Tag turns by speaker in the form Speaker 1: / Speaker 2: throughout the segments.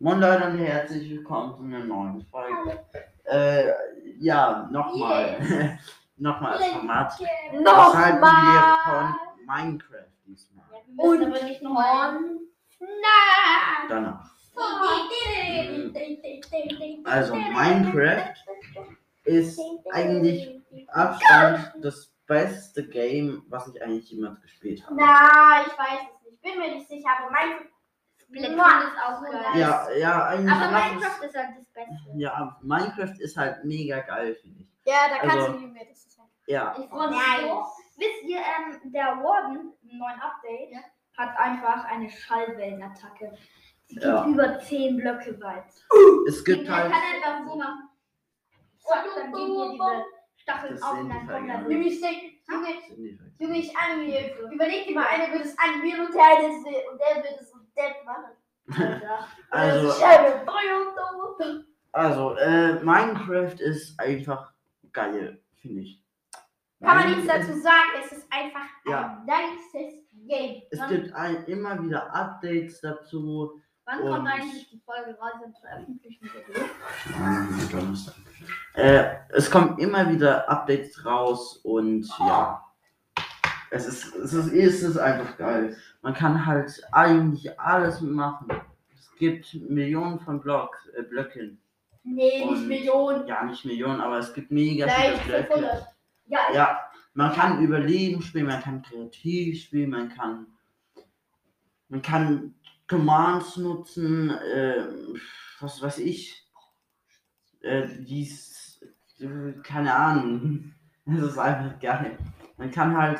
Speaker 1: Moin Leute und herzlich willkommen zu einer neuen Folge. Äh, ja, nochmal. nochmal als Format. Das halten wir
Speaker 2: Nochmal!
Speaker 1: von Minecraft diesmal.
Speaker 2: Und
Speaker 3: aber nicht nochmal.
Speaker 2: Mann.
Speaker 1: Danach. Mhm. Also Minecraft ist eigentlich mit Abstand das beste Game, was ich eigentlich jemals gespielt habe.
Speaker 2: Na, ich weiß es nicht. Bin mir nicht sicher, aber Minecraft.
Speaker 3: Splatoon ist auch
Speaker 2: Mann,
Speaker 3: geil.
Speaker 1: Ja, ja, eigentlich.
Speaker 3: Aber
Speaker 1: lass es-
Speaker 3: Minecraft ist halt das Beste.
Speaker 1: ja, Minecraft ist halt mega geil, finde ich.
Speaker 2: Ja, da kannst
Speaker 1: Also-
Speaker 2: du nicht mehr. Das ist halt-
Speaker 1: Ja,
Speaker 3: Ich freue mich
Speaker 2: Nice.
Speaker 3: so. Wisst ihr, ähm, der Warden im neuen Update
Speaker 2: Ja.
Speaker 3: hat einfach eine Schallwellenattacke. Die geht
Speaker 1: Ja.
Speaker 3: über 10 Blöcke weit.
Speaker 1: es gibt
Speaker 3: Man
Speaker 1: halt.
Speaker 3: kann einfach so machen.
Speaker 2: Oh,
Speaker 3: Zack, dann gehen hier diese Stacheln
Speaker 1: Das
Speaker 3: auf
Speaker 1: sind
Speaker 3: und
Speaker 1: die
Speaker 3: dann kommt
Speaker 1: Vergangenheit.
Speaker 3: das.
Speaker 2: Nimm ich den. Junge, Junge,
Speaker 1: Junge,
Speaker 2: ich animiere. Überleg dir mal, einer würde es animieren und der eine ist der- und der würde es so depp machen.
Speaker 1: Also,
Speaker 2: Das ist eine Feuer und so.
Speaker 1: Also, äh, Minecraft ist einfach geil, finde ich.
Speaker 2: Kann man
Speaker 1: Nein,
Speaker 2: nichts
Speaker 1: es-
Speaker 2: dazu sagen, es ist einfach
Speaker 1: Ja.
Speaker 2: ein nices Game.
Speaker 1: Es gibt ein, immer wieder Updates dazu.
Speaker 3: Wann
Speaker 1: Und-
Speaker 3: kommt eigentlich die Folge raus und veröffentlichen wir die?
Speaker 1: Äh, es kommen immer wieder Updates raus und ja. Es ist, es, ist, es ist einfach geil. Man kann halt eigentlich alles machen. Es gibt Millionen von Block, äh, Blöcken.
Speaker 2: Nee, nicht
Speaker 1: Und-
Speaker 2: Millionen.
Speaker 1: Ja, nicht Millionen, aber es gibt mega
Speaker 2: Vielleicht
Speaker 1: viele Blöcke.
Speaker 2: 500.
Speaker 3: Ja,
Speaker 1: Ja, man kann Überleben spielen, man kann kreativ spielen, man kann, man kann Commands nutzen, äh, was weiß ich. Äh, dies, keine Ahnung. Es ist einfach geil. Man kann halt,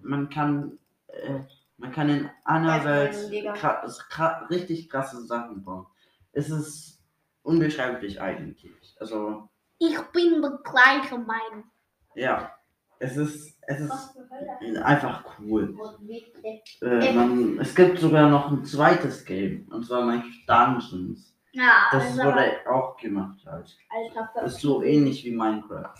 Speaker 1: man kann, äh, man kann in einer
Speaker 2: Weiß
Speaker 1: Welt
Speaker 2: man, Digga.
Speaker 1: kra kra richtig krasse Sachen bauen. Es ist unbeschreiblich eigentlich. Also,
Speaker 2: Ich bin der gleiche Meinung.
Speaker 1: ja. Es ist, es ist
Speaker 3: was für Hölle.
Speaker 1: einfach cool.
Speaker 3: Und wie-
Speaker 1: Äh, man, es gibt sogar noch ein zweites Game, und zwar Minecraft Dungeons.
Speaker 3: Ja,
Speaker 1: Das
Speaker 3: also,
Speaker 1: wurde auch gemacht halt.
Speaker 3: Alter,
Speaker 1: Das ist so ähnlich wie Minecraft.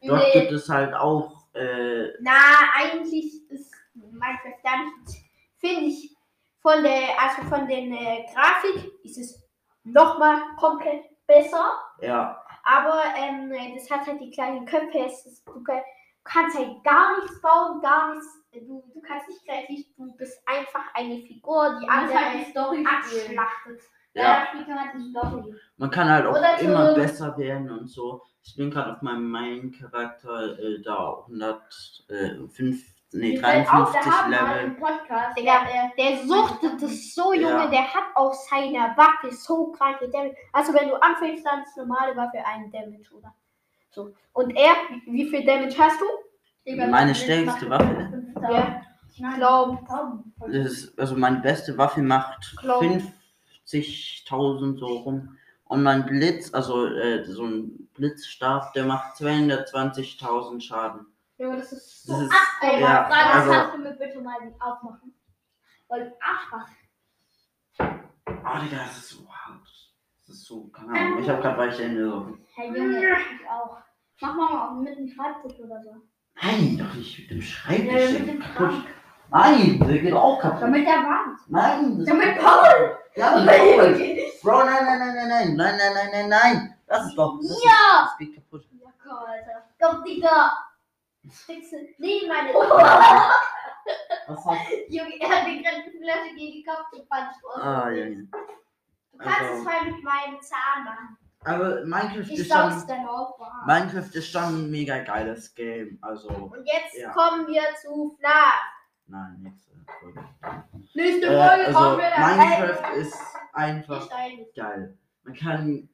Speaker 1: Dort
Speaker 2: Nee.
Speaker 1: gibt es halt auch, äh,
Speaker 2: Na, eigentlich ist Minecraft Dungeons, finde ich, von der, also von den äh, Grafik ist es nochmal komplett besser.
Speaker 1: ja,
Speaker 2: Aber ähm, das hat halt die kleinen Köpfe. Es ist, du kann- kannst halt gar nichts bauen, gar nichts. äh, Du, du kannst nicht kreativ, du bist einfach eine Figur, die
Speaker 3: Man muss
Speaker 2: andere
Speaker 3: halt die Story spielen.
Speaker 2: abschlachtet.
Speaker 1: ja.
Speaker 3: das spielt man halt die Story.
Speaker 1: Man kann halt
Speaker 2: Oder
Speaker 1: auch
Speaker 2: so-
Speaker 1: immer besser werden und so. Ich bin gerade auf meinem Main-Charakter äh, da 105, nee,
Speaker 3: Die fällt auf, da
Speaker 1: 53
Speaker 3: haben wir
Speaker 1: Level.
Speaker 3: einen Podcast.
Speaker 2: Digga,
Speaker 3: der-
Speaker 2: Der suchtet das so, Junge,
Speaker 1: Ja.
Speaker 2: der hat auf seiner Waffe so kranke Damage. Also wenn du anfängst, dann ist normale Waffe einen Damage, oder? So. Und er, wie- wie viel Damage hast du?
Speaker 3: Digga,
Speaker 1: Meine
Speaker 3: wir
Speaker 1: stärkste
Speaker 3: machen
Speaker 1: Waffe,
Speaker 3: 5000.
Speaker 2: Ja. Ich
Speaker 3: Nein,
Speaker 2: glaube,
Speaker 3: 1000.
Speaker 1: das ist, also meine beste Waffe macht
Speaker 2: Glaub.
Speaker 1: 50.000 so rum. Und mein Blitz, also äh, so ein Blitzstab, der macht 220.000 Schaden.
Speaker 3: Junge, das ist so
Speaker 1: Das ist,
Speaker 3: abgefahren.
Speaker 1: ja,
Speaker 3: Sag,
Speaker 1: also-
Speaker 3: kannst du mir bitte mal die aufmachen? Weil ach,
Speaker 1: oh Digga, das ist so hart. Das ist so, keine Ahnung, ich hab grad weiche Hände so.
Speaker 3: Herr Junge, ich auch. Mach mal mal auf- mit dem Schreibtisch oder so.
Speaker 1: Nein, doch nicht mit dem
Speaker 3: Ja,
Speaker 1: Schreibtisch.
Speaker 3: mit dem Krank.
Speaker 1: Nein, der geht auch kaputt.
Speaker 3: Damit der warnt.
Speaker 1: Nein. das-
Speaker 3: Damit Paul.
Speaker 1: Ja, mit Paul. Bro, nein, nein, nein, nein, nein, nein, nein, nein, nein, nein. Das ist doch. Das ja. Ist, das geht kaputt.
Speaker 3: Ja, Gott, Alter.
Speaker 2: Komm, Digga!
Speaker 3: Fixe. Nee, meine.
Speaker 2: Oh.
Speaker 1: Was hast du?
Speaker 3: Junge, er hat mir gerade eine Flasche gegen den Kopf gepanscht. Oh,
Speaker 1: Ah, ja, ja.
Speaker 2: Du kannst
Speaker 1: Also-
Speaker 2: es mal mit meinem Zahn machen.
Speaker 1: Aber Also, Minecraft
Speaker 2: Ich
Speaker 1: ist
Speaker 2: saug's
Speaker 1: schon,
Speaker 2: dann auf.
Speaker 1: Minecraft ist schon ein mega geiles Game. Also,
Speaker 2: Und jetzt
Speaker 1: Ja.
Speaker 2: kommen wir zu FNAF.
Speaker 1: nein, nächste Folge.
Speaker 3: Nächste
Speaker 1: Äh,
Speaker 3: Folge
Speaker 1: also,
Speaker 3: kommen wir dann.
Speaker 1: Minecraft ist
Speaker 2: Wir
Speaker 1: einfach
Speaker 2: steigen nicht.
Speaker 1: geil. Man kann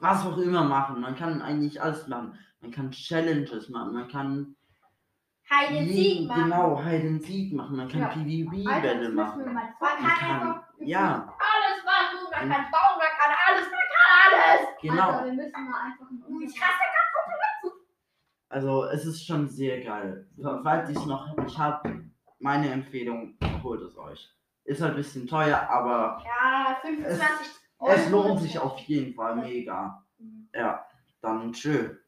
Speaker 1: was auch immer machen. Man kann eigentlich alles machen. Man kann Challenges machen. Man kann
Speaker 2: Hide and Seek
Speaker 1: jeden-
Speaker 2: machen.
Speaker 1: genau Hide and Seek machen. Man kann
Speaker 3: Ja. Alter, das
Speaker 1: PvP-Bälle
Speaker 3: müssen wir
Speaker 1: machen. Genau.
Speaker 3: mal
Speaker 2: Man
Speaker 3: fragen.
Speaker 1: Man
Speaker 2: kann
Speaker 1: kann,
Speaker 2: einfach
Speaker 1: ja,
Speaker 2: alles machen. Man
Speaker 1: Mhm.
Speaker 2: kann bauen, man kann alles, man kann alles.
Speaker 1: genau.
Speaker 3: Alter, wir müssen mal einfach
Speaker 2: Uh, Ich
Speaker 3: einen
Speaker 2: hasse
Speaker 1: Also es ist schon sehr geil. Falls ich es noch nicht habe, meine Empfehlung, holt es euch. Ist halt ein bisschen teuer, aber
Speaker 2: Ja, 25
Speaker 1: es lohnt sich auf jeden Fall mega. Ja, dann tschö.